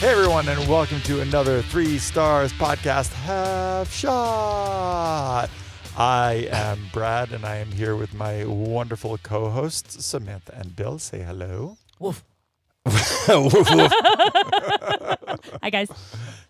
Hey everyone, and welcome to another Three Stars Podcast Half Shot. I am Brad, and I am here with my wonderful co-hosts Samantha and Bill. Say hello. Woof. Woof, woof. Hi guys.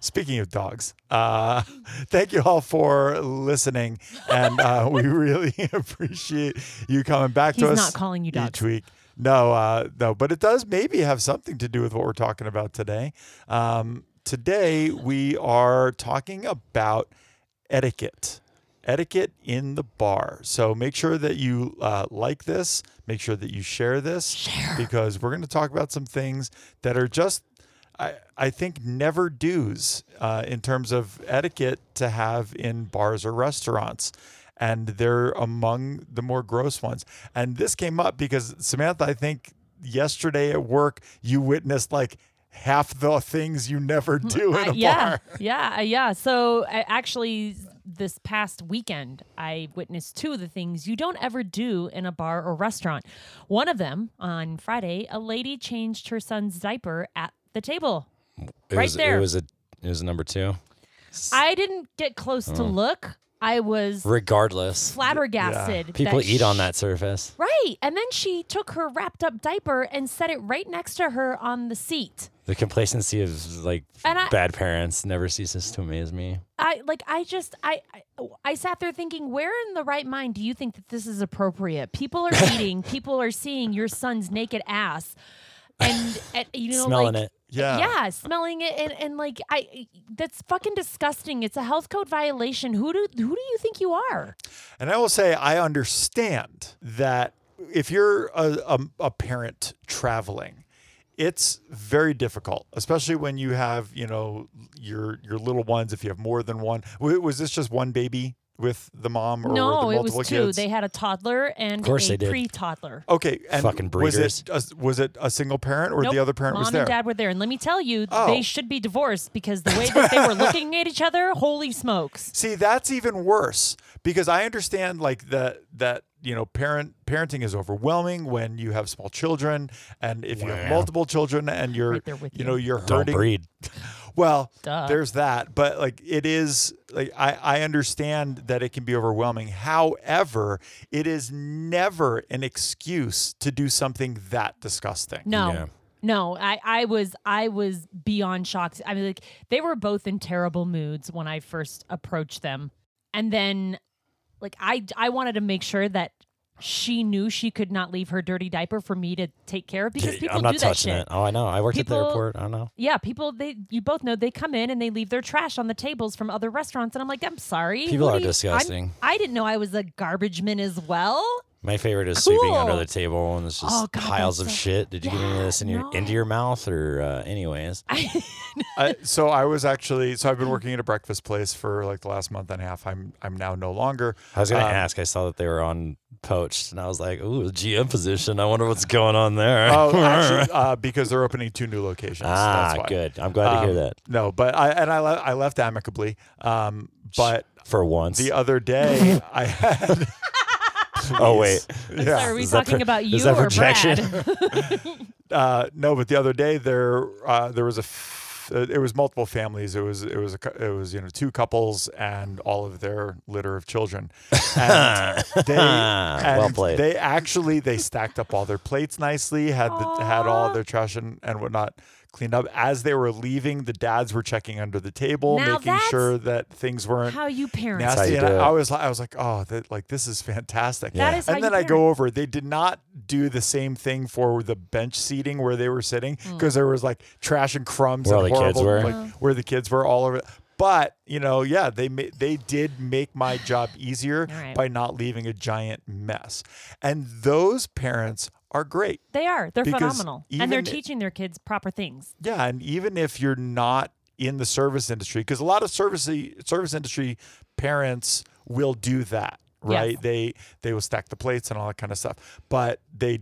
Speaking of dogs, uh, thank you all for listening, and uh, we really appreciate you coming back to He's us. not calling you dogs. each week. No, uh, no, but it does maybe have something to do with what we're talking about today. Um, today we are talking about etiquette, etiquette in the bar. So make sure that you uh, like this. Make sure that you share this because we're going to talk about some things that are just. I, I think never do's uh, in terms of etiquette to have in bars or restaurants and they're among the more gross ones. And this came up because Samantha, I think yesterday at work you witnessed like half the things you never do in Uh, a yeah, bar. yeah, uh, yeah. So uh, actually, this past weekend, I witnessed two of the things you don't ever do in a bar or restaurant. One of them on Friday, a lady changed her son's diaper at the table. It Right was, there. It was a it was number two. I didn't get close to look. I was Regardless, flabbergasted. people that eat on sh- that surface. Right. And then she took her wrapped up diaper and set it right next to her on the seat. The complacency of like And I- bad parents never ceases to amaze me. I like I just I I- I sat there thinking, where in the right mind do you think that this is appropriate? People are eating, people are seeing your son's naked ass, and, and you know, Smelling like, eh, it. Yeah. yeah, smelling it, and, and like I, eh, that's fucking disgusting. It's a health code violation. Who do who do you think you are? And I will say, I understand that if you're a, a, a parent traveling, it's very difficult, especially when you have, you know, your your little ones. If you have more than one, W- was this just one baby with the mom, or no, were there it was multiple two. kids? They had a toddler and Of course a they did. pre-toddler. Okay, and Fucking was it a, was it a single parent or Nope. the other parent Mom was there? and dad were there, and let me tell you, Oh. they should be divorced because the way that they were looking at each other, holy smokes! See, that's even worse because I understand like that that you know parent parenting is overwhelming when you have small children and if you have Wow. multiple children and you're Right there with know you're Don't hurting breed. well, Duh. there's that, but like it is like I I understand that it can be overwhelming. However, it is never an excuse to do something that disgusting. No. Yeah. No, I, I was I was beyond shocked. I mean like they were both in terrible moods when I first approached them. And then like I I wanted to make sure that she knew she could not leave her dirty diaper for me to take care of because people I'm not do that touching shit. it. Oh, I know. I worked at People- the airport. I know. Yeah, people they you both know they come in and they leave their trash on the tables from other restaurants and I'm like, I'm sorry. People who are do you- I'm- disgusting. I didn't know I was a garbage man as well. My favorite is sleeping under Cool. the table and it's just Oh, God, piles that's of so- shit. Did you get any of Yeah, this in your no. into your mouth or uh, anyways? I, so I was actually so I've been working at a breakfast place for like the last month and a half. I'm I'm now no longer. I was gonna Um, ask. I saw that they were on poached, and I was like, "Ooh, GM position. I wonder what's going on there." Oh, actually, uh, because they're opening two new locations. ah, that's why. good. I'm glad to hear Um, that. No, but I and I le- I left amicably. Um, but For once, the other day I had. oh wait, Yeah. Sorry, are we Is that talking pro- about is you that or projection? Brad? Uh, no, but the other day there uh, there was a f- uh, it was multiple families. It was it was a, cou- it was you know two couples and all of their litter of children. And they and Ah, Well played. They actually they stacked up all their plates nicely. Had the, had all their trash and, and whatnot cleaned up. As they were leaving, the dads were checking under the table, Now making that's sure that things weren't How you parents how nasty. you And do I, I it. was li- I was like, oh, that like this is fantastic. That Yeah. is how and you then I go over. They did not do the same thing for the bench seating where they were sitting Mm. because there was like trash and crumbs Where and all the horrible kids were. like Uh-huh. where the kids were all over. But you know, yeah, they ma- they did make my job easier All right. by not leaving a giant mess. And those parents are great. They are. They're Because phenomenal. And they're even i- teaching their kids proper things. Yeah, and even if you're not in the service industry, because a lot of service service industry parents will do that, right? Yes. They they will stack the plates and all that kind of stuff. But they,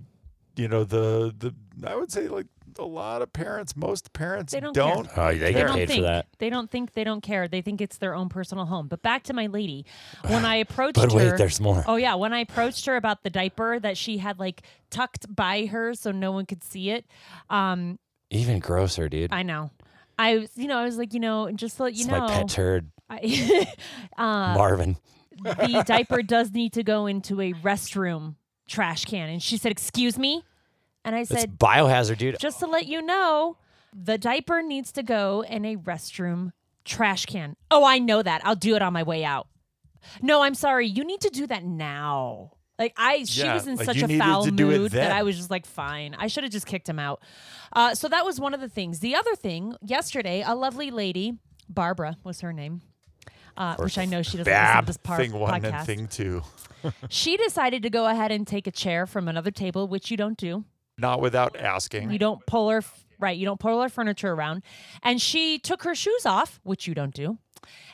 you know, the the I would say like a lot of parents, most parents They don't care. don't. oh, they They get don't paid think. for that. They don't think they don't care. They think it's their own personal home. But back to my lady. When I approached But her wait, there's more. Oh yeah, when I approached her about the diaper that she had like tucked by her so no one could see it. Um Even grosser, dude. I know. I was, you know, I was like, you know, and just to let you it's know, my pet turd, I, uh, Marvin. the diaper does need to go into a restroom trash can. And she said, Excuse me? And I It's said, biohazard, dude. Just to let you know, the diaper needs to go in a restroom trash can. Oh, I know that. I'll do it on my way out. No, I'm sorry. You need to do that now. Like I, she Yeah, was in like, such you a needed foul to do it mood that then. I was just like, fine. I should have just kicked him out. Uh, so that was one of the things. The other thing, yesterday, a lovely lady, Barbara was her name, uh, which I know she doesn't listen to Bab. this par- thing one podcast and thing two. she decided to go ahead and take a chair from another table, which you don't do. Not without asking. You don't pull her f- right. You don't pull her furniture around. And she took her shoes off, which you don't do,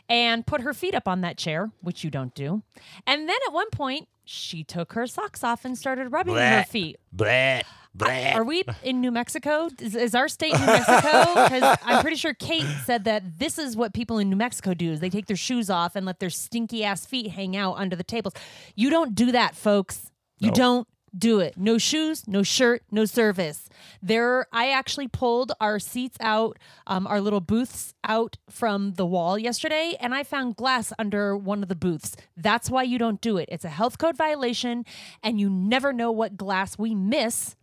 and put her feet up on that chair, which you don't do. And then at one point, she took her socks off and started rubbing her Blech. feet. Blah, Are blah. we in New Mexico? Is, is our state New Mexico? Because I'm pretty sure Kate said that this is what people in New Mexico do: is they take their shoes off and let their stinky ass feet hang out under the tables. You don't do that, folks. You don't do it. No shoes, no shirt, no service. There, I actually pulled our seats out, um, our little booths out from the wall yesterday, and I found glass under one of the booths. That's why you don't do it. It's a health code violation, and you never know what glass we miss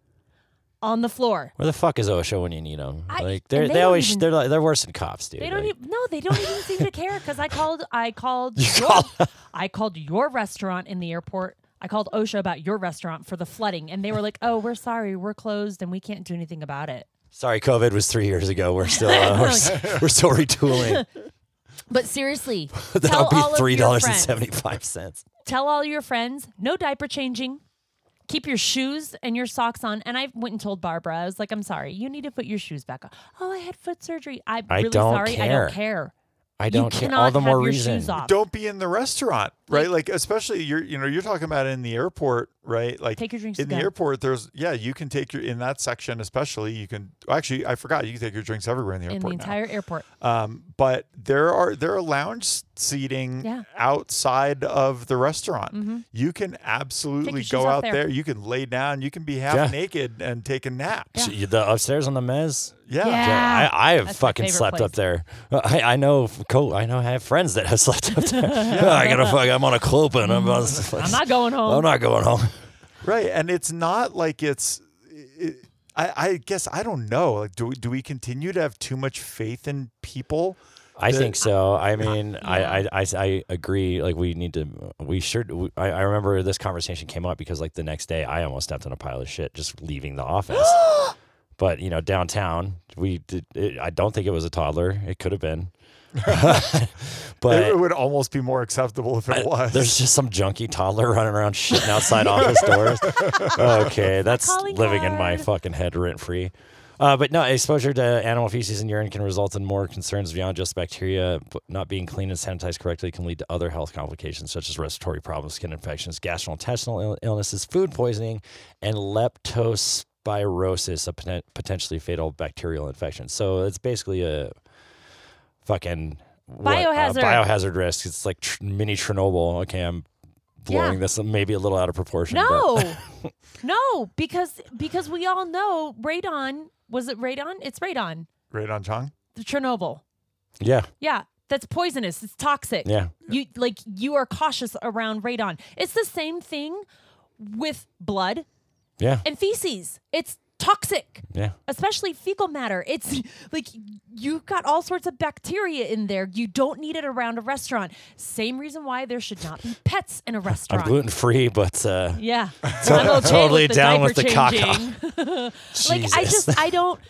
on the floor. Where the fuck is OSHA when you need them? I- Like and they're they they, don't always even- they're like they're worse than cops, dude. They don't Like, even no, they don't even seem to care because I called I called You your, called- I called your restaurant in the airport. I called OSHA about your restaurant for the flooding and they were like, "Oh, we're sorry, we're closed and we can't do anything about it." Sorry, COVID was three years ago. We're still uh, we're, s- we're still retooling. But seriously, tell That'll all be of three your dollars and friends. seventy five cents. Tell all your friends, no diaper changing. Keep your shoes and your socks on. And I went and told Barbara, I was like, I'm sorry, you need to put your shoes back on. Oh, I had foot surgery. I'm I really don't sorry. I care. don't care. I don't you care. cannot All the have more your reason. shoes off. don't be in the restaurant, right? Like especially you're you know you're talking about in the airport, right? Like Take your drinks in the again. airport. There's yeah, you can take your in that section especially. You can actually I forgot you can take your drinks everywhere in the in airport the now. entire airport. Um, but there are there are lounge seating Yeah. Mm-hmm. outside of the restaurant. You can absolutely shoes go out off there. there. You can lay down. You can be half Yeah. naked and take a nap. So you- The upstairs on the mez. Yeah. Yeah. Yeah, I, I have Ah, That's my fucking favorite slept place. up there. Uh, I, I know, co- I know, I have friends that have slept up there. I gotta fuck. I'm on a clopen. I'm, on, I'm not going home. I'm not going home. Right. And it's not like it's. It, I, I guess I don't know. Like, do we, do we continue to have too much faith in people? I the- think so. I mean, I, I, I, I agree. Like, we need to, we should. We, I, I remember this conversation came up because, like, the next day I almost stepped on a pile of shit just leaving the office. but, you know, downtown, we did, it, I don't think it was a toddler. It could have been. it but would almost be more acceptable if it was. there's just some junky toddler running around shitting outside office doors. Okay, that's calling living in my card. fucking head rent free. Uh, but no, exposure to animal feces and urine can result in more concerns beyond just bacteria. But not being cleaned and sanitized correctly can lead to other health complications such as respiratory problems, skin infections, gastrointestinal Ill- illnesses, food poisoning, and leptospirosis, a poten- potentially fatal bacterial infection. So it's basically a fucking what, uh, Biohazard. biohazard risk. It's like tr- mini Chernobyl. Okay, I'm blowing Yeah. this maybe a little out of proportion. but- No, no, because because we all know radon. Was it radon? It's radon. right on, Chong. The Chernobyl. yeah, Yeah, that's poisonous. It's toxic. yeah. You like you are cautious around radon. It's the same thing with blood Yeah, and feces. It's toxic. yeah. Especially fecal matter. It's like you've got all sorts of bacteria in there. You don't need it around a restaurant. Same reason why there should not be pets in a I'm restaurant. gluten free, but uh, Yeah, To- I'm okay totally with the down with diaper the caca. changing. like I Jesus. just I don't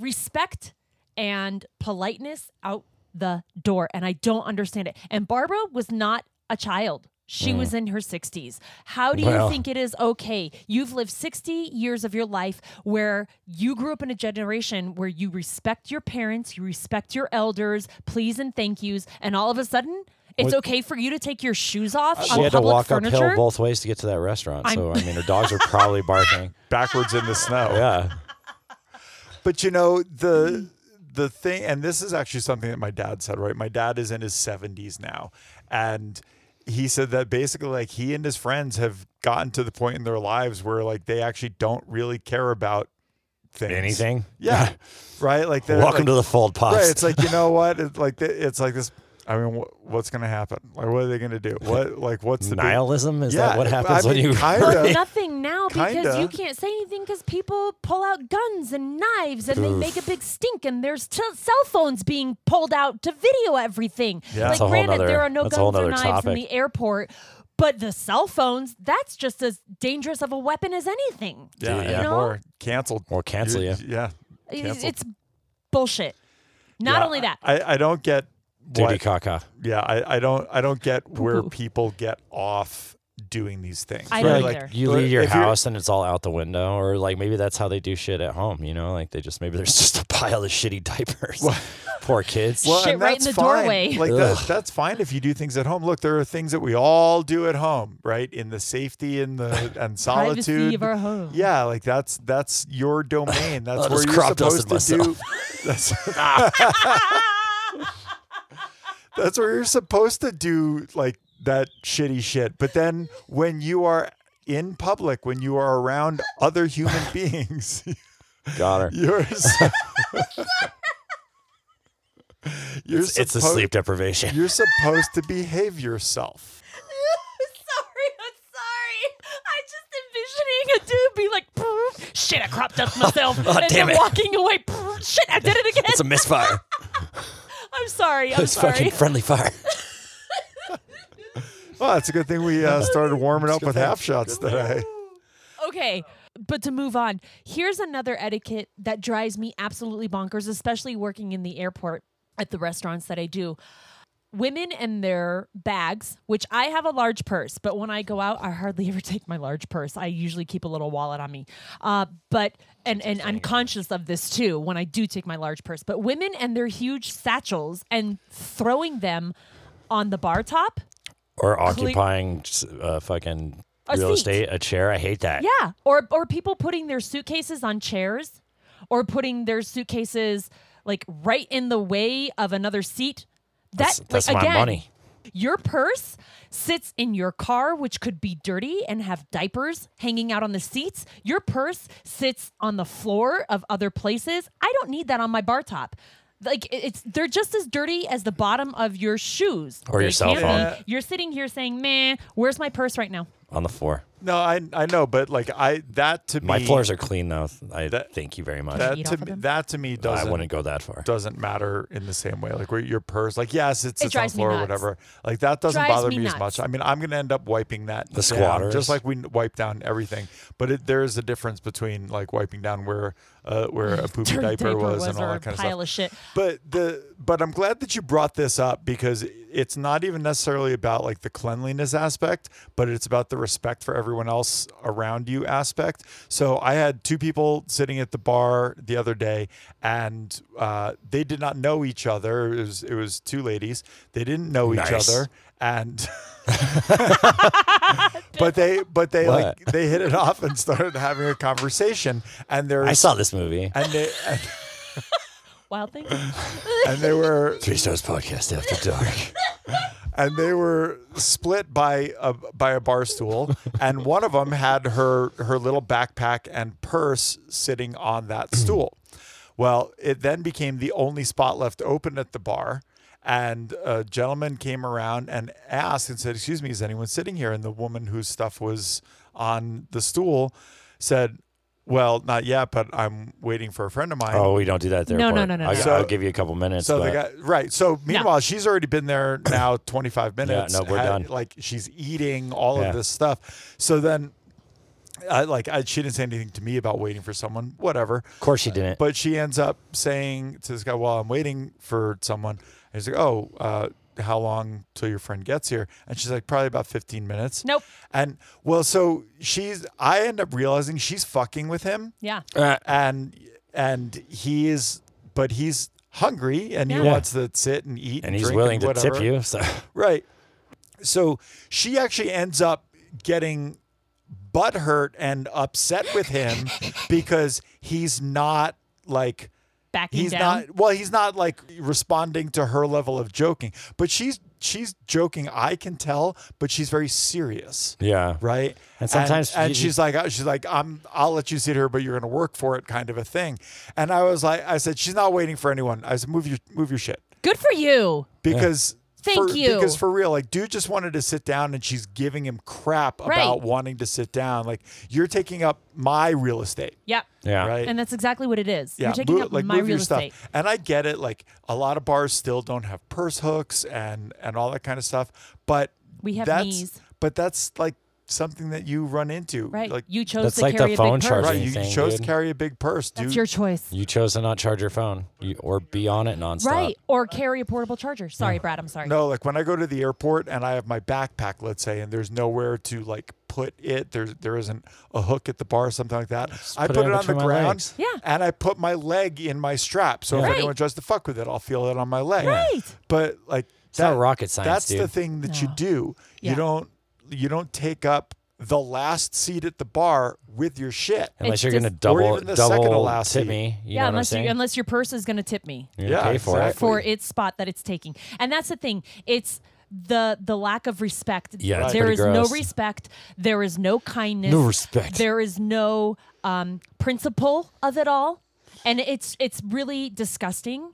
respect and politeness out the door, and I don't understand it. And Barbara was not a child. She was in her 60s. How do Mm. Well. you think it is okay? You've lived 60 years of your life where you grew up in a generation where you respect your parents, you respect your elders, please and thank yous, and all of a sudden it's okay for you to take your shoes off Uh, she on had to public walk furniture. uphill both ways to get to that restaurant. I'm- so I mean, her dogs are probably barking. Backwards in the snow. Yeah, But you know the the thing, and this is actually something that my dad said. Right, my dad is in his seventies now, and he said that basically, like he and his friends have gotten to the point in their lives where like they actually don't really care about things. Anything? Yeah. right. Like they're Welcome like- to the fold post. Right. It's like you know what? It's like th- it's like this. I mean, wh- what's going to happen? Like, what are they going to do? What like what's the big- nihilism. Is Yeah, that what I happens mean, when you? kinda. Well, nothing now because Kinda. you can't say anything because people pull out guns and knives and they Oof. make a big stink and there's t- cell phones being pulled out to video everything. Yeah. like That's a whole granted, nother- there are no that's a whole guns or knives nother in topic. the airport, but the cell phones that's just as dangerous of a weapon as anything. Yeah. Yeah. and No. More canceled. Or cancel you. Yeah. It's, Canceled. it's bullshit. Not Yeah, only that, I, I don't get Duty what, caca. yeah, I, I don't I don't get where Poo-poo. people get off doing these things. I right? don't like, either. You leave your if you're- house and it's all out the window, or like maybe that's how they do shit at home. You know, like they just maybe there's just a pile of shitty diapers. Poor kids. Well, Shit and right that's in the fine. doorway. Like that, that's fine if you do things at home. Look, there are things that we all do at home, right? In the safety and the and solitude. privacy of our home. yeah, like that's that's your domain. That's I where just you're crop supposed to dusted do. That's, that's where you're supposed to do like that shitty shit. But then when you are in public, when you are around other human beings, Got her. you're. so- You're It's, it's the supposed- sleep deprivation. you're supposed to behave yourself. sorry, I'm sorry. I just envisioning a dude be like, "Poof, shit, I crop dust myself. Oh, and damn then it. walking away, "Poof, shit, I did it It's a again. misfire. i I'm sorry, I'm it's sorry. fucking friendly fire. Well, it's a good thing we uh, started warming up with half shots today. okay, but to move on, here's another etiquette that drives me absolutely bonkers, especially working in the airport at the restaurants that I do. Women and their bags, which I have a large purse, but when I go out, I hardly ever take my large purse. I usually keep a little wallet on me. Uh, but and and I'm conscious of this too when I do take my large purse. But women and their huge satchels and throwing them on the bar top. Or occupying uh, fucking A real seat. estate, a chair. I hate that. Yeah, or or people putting their suitcases on chairs, or putting their suitcases like right in the way of another seat. That That's, that's like, my again, money. Your purse sits in your car, which could be dirty and have diapers hanging out on the seats. Your purse sits on the floor of other places. I don't need that on my bar top. Like it- it's they're just as dirty as the bottom of your shoes Or your They cell can't phone. be. You're sitting here saying, "Man, where's my purse right now?" On the floor. No, I I know, but like I that to My me floors are clean though. I That- thank you very much. that Eat to off of me, them? that to me I doesn't wouldn't go that far. doesn't matter in the same way. Like where your purse, like yes, it's sits on the drives me floor or nuts. whatever. Like that doesn't Drives bother me me, as nuts. much. I mean, I'm gonna end up wiping that down, squatters. just like we n- wipe down everything. But it, there is a difference between like wiping down where uh, where a poopy Dirty diaper, was, and or all a that kind of stuff. pile of shit. But the but I'm glad that you brought this up because it's not even necessarily about like the cleanliness aspect, but it's about the respect for everyone else around you aspect. So I had two people sitting at the bar the other day, and uh, they did not know each other. It was it was two ladies. They didn't know each Nice. other, and but they but they What? like they hit it off and started having a conversation. And I there's saw this movie. and they and, Wild thing. and they were Three Stars Podcast After Dark. and they were split by a by a bar stool, and one of them had her her little backpack and purse sitting on that stool. Well, it then became the only spot left open at the bar. And a gentleman came around and asked and said, Excuse me, is anyone sitting here? And the woman whose stuff was on the stool said, Well, not yet, but I'm waiting for a friend of mine. oh, we don't do that there. No, no, no, no, I, no. I'll So- give you a couple minutes. So but they got right. So meanwhile, she's already been there now 25 minutes. no, we're done. Like she's eating all Yeah. of this stuff. So then, I like I, she didn't say anything to me about waiting for someone. Whatever. of course you didn't. But she ends up saying to this guy, "Well, I'm waiting for someone." And he's like, "Oh, uh, how long till your friend gets here?" And she's like, "Probably about 15 minutes." Nope. And well, so she's. I end up realizing she's fucking with him Yeah. Uh, and and he is but he's hungry and Yeah. he wants to sit and eat and he's drink willing to and tip whatever. you. So right so she actually ends up getting butthurt and upset with him because he's not like backing he's down. not well he's not like responding to her level of joking but she's she's joking i can tell but she's very serious Yeah. right And sometimes and, you- she's like uh, she's like i'm i'll let you sit here but you're gonna work for it kind of a thing and i was like i said she's not waiting for anyone i said move your move your shit Good for you. because Thank for, you. Because for real, like dude just wanted to sit down and she's giving him crap Right. about wanting to sit down. Like you're taking up my real estate, Yep. Yeah. right? And that's exactly what it is. yeah, You're taking move- up like my move real your stuff. estate. And I get it. Like a lot of bars still don't have purse hooks and and all that kind of stuff. But We have that's, knees. But that's like something that you run into, Right. Like you chose That's to like the carry a phone big purse. charger. right, you Thing, chose to dude. carry a big purse, dude. That's your choice. You chose to not charge your phone you, or be on it nonstop. Right. Or carry a portable charger. Sorry, Brad. I'm sorry. No, like when I go to the airport and I have my backpack, let's say, and there's nowhere to like put it. There's there isn't a hook at the bar, or something like that. I put put, it it in on the between my ground, legs. Yeah. and I put my leg in my strap. So Yeah. if anyone Right. tries to fuck with it, I'll feel it on my leg. Right. But like it's not rocket science, That's the dude. thing that you No. do. Yeah. You don't you don't take up the last seat at the bar with your shit. Unless It's you're gonna just- Or double even the second to double last tip seat. me. You know yeah, what I'm unless you, saying? unless your purse is going to tip me. You're gonna Yeah, pay for exactly. for its spot that it's taking. And that's the thing. It's the the lack of respect. Yeah, that's there pretty is gross. no respect. There is no kindness. No respect. There is no um, principle of it all, and it's it's really disgusting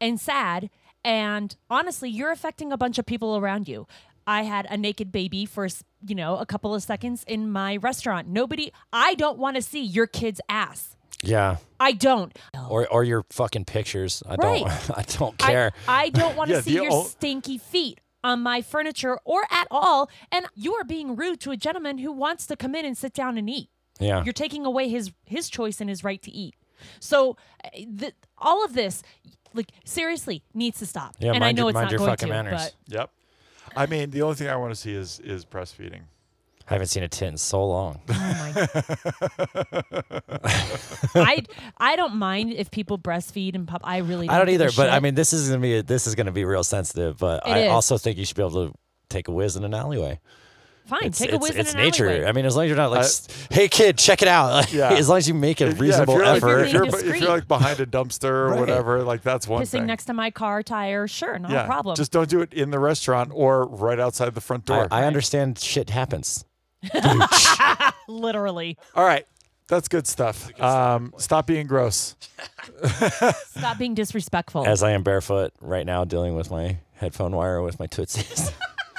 and sad. And honestly, you're affecting a bunch of people around you. I had a naked baby for s- you know a couple of seconds in my restaurant. Nobody. I don't want to see your kid's ass. it. Yeah. I don't. Or or your fucking pictures. I Oh. Right. don't I don't care. I, I don't want to Yeah, see the your ol- stinky feet on my furniture or at all. And you are being rude to a gentleman who wants to come in and sit down and eat. yeah. You're taking away his his choice and his right to eat. So, uh, the, all of this, like seriously, needs to stop. Yeah, and I mind know your- it's mind not your going fucking to. manners. But Yep. I mean, the only thing I want to see is is breastfeeding. I haven't seen a tit in so long. oh I I don't mind if people breastfeed and pop. I really don't I don't give a either, but I shit. mean this is gonna be this is gonna be real sensitive, but It I is. also think you should be able to take a whiz in an alleyway. fine, It's, take a it's, whiz in it's an nature. alleyway. I mean, as long as you're not like, I- s hey kid, check it out. Like, Yeah. As long as you make a If- yeah, reasonable if you're, effort. Like, if, you're, Everything if discreet. you're like behind a dumpster or Right. whatever, like that's one Pissing thing. next to my car tire, sure, not yeah, a problem. Just don't do it in the restaurant or right outside the front door. I, I understand shit happens. Literally, All right, that's good stuff. Um, stop being gross. stop being disrespectful. As I am barefoot right now, dealing with my headphone wire with my tootsies.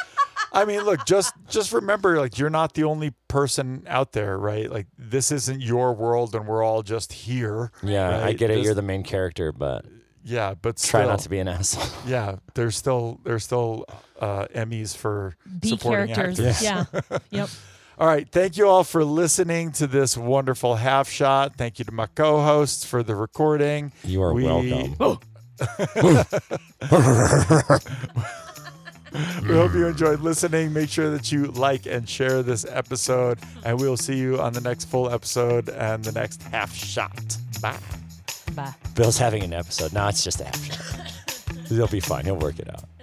I mean, look, just just remember, like you're not the only person out there, right? Like this isn't your world, and we're all just here. yeah, I right? get it. This- You're the main character, but yeah, but try still, not to be an asshole. Yeah, there's still there's still uh, Emmys for B supporting characters. actors. Yeah. yep. All right. Thank you all for listening to this wonderful half shot. Thank you to my co hosts for the recording. You are We- welcome. We hope you enjoyed listening. Make sure that you like and share this episode, and we'll see you on the next full episode and the next half shot. Bye. Bye. Bill's having an episode. No, it's just a half shot. He'll be fine. He'll work it out.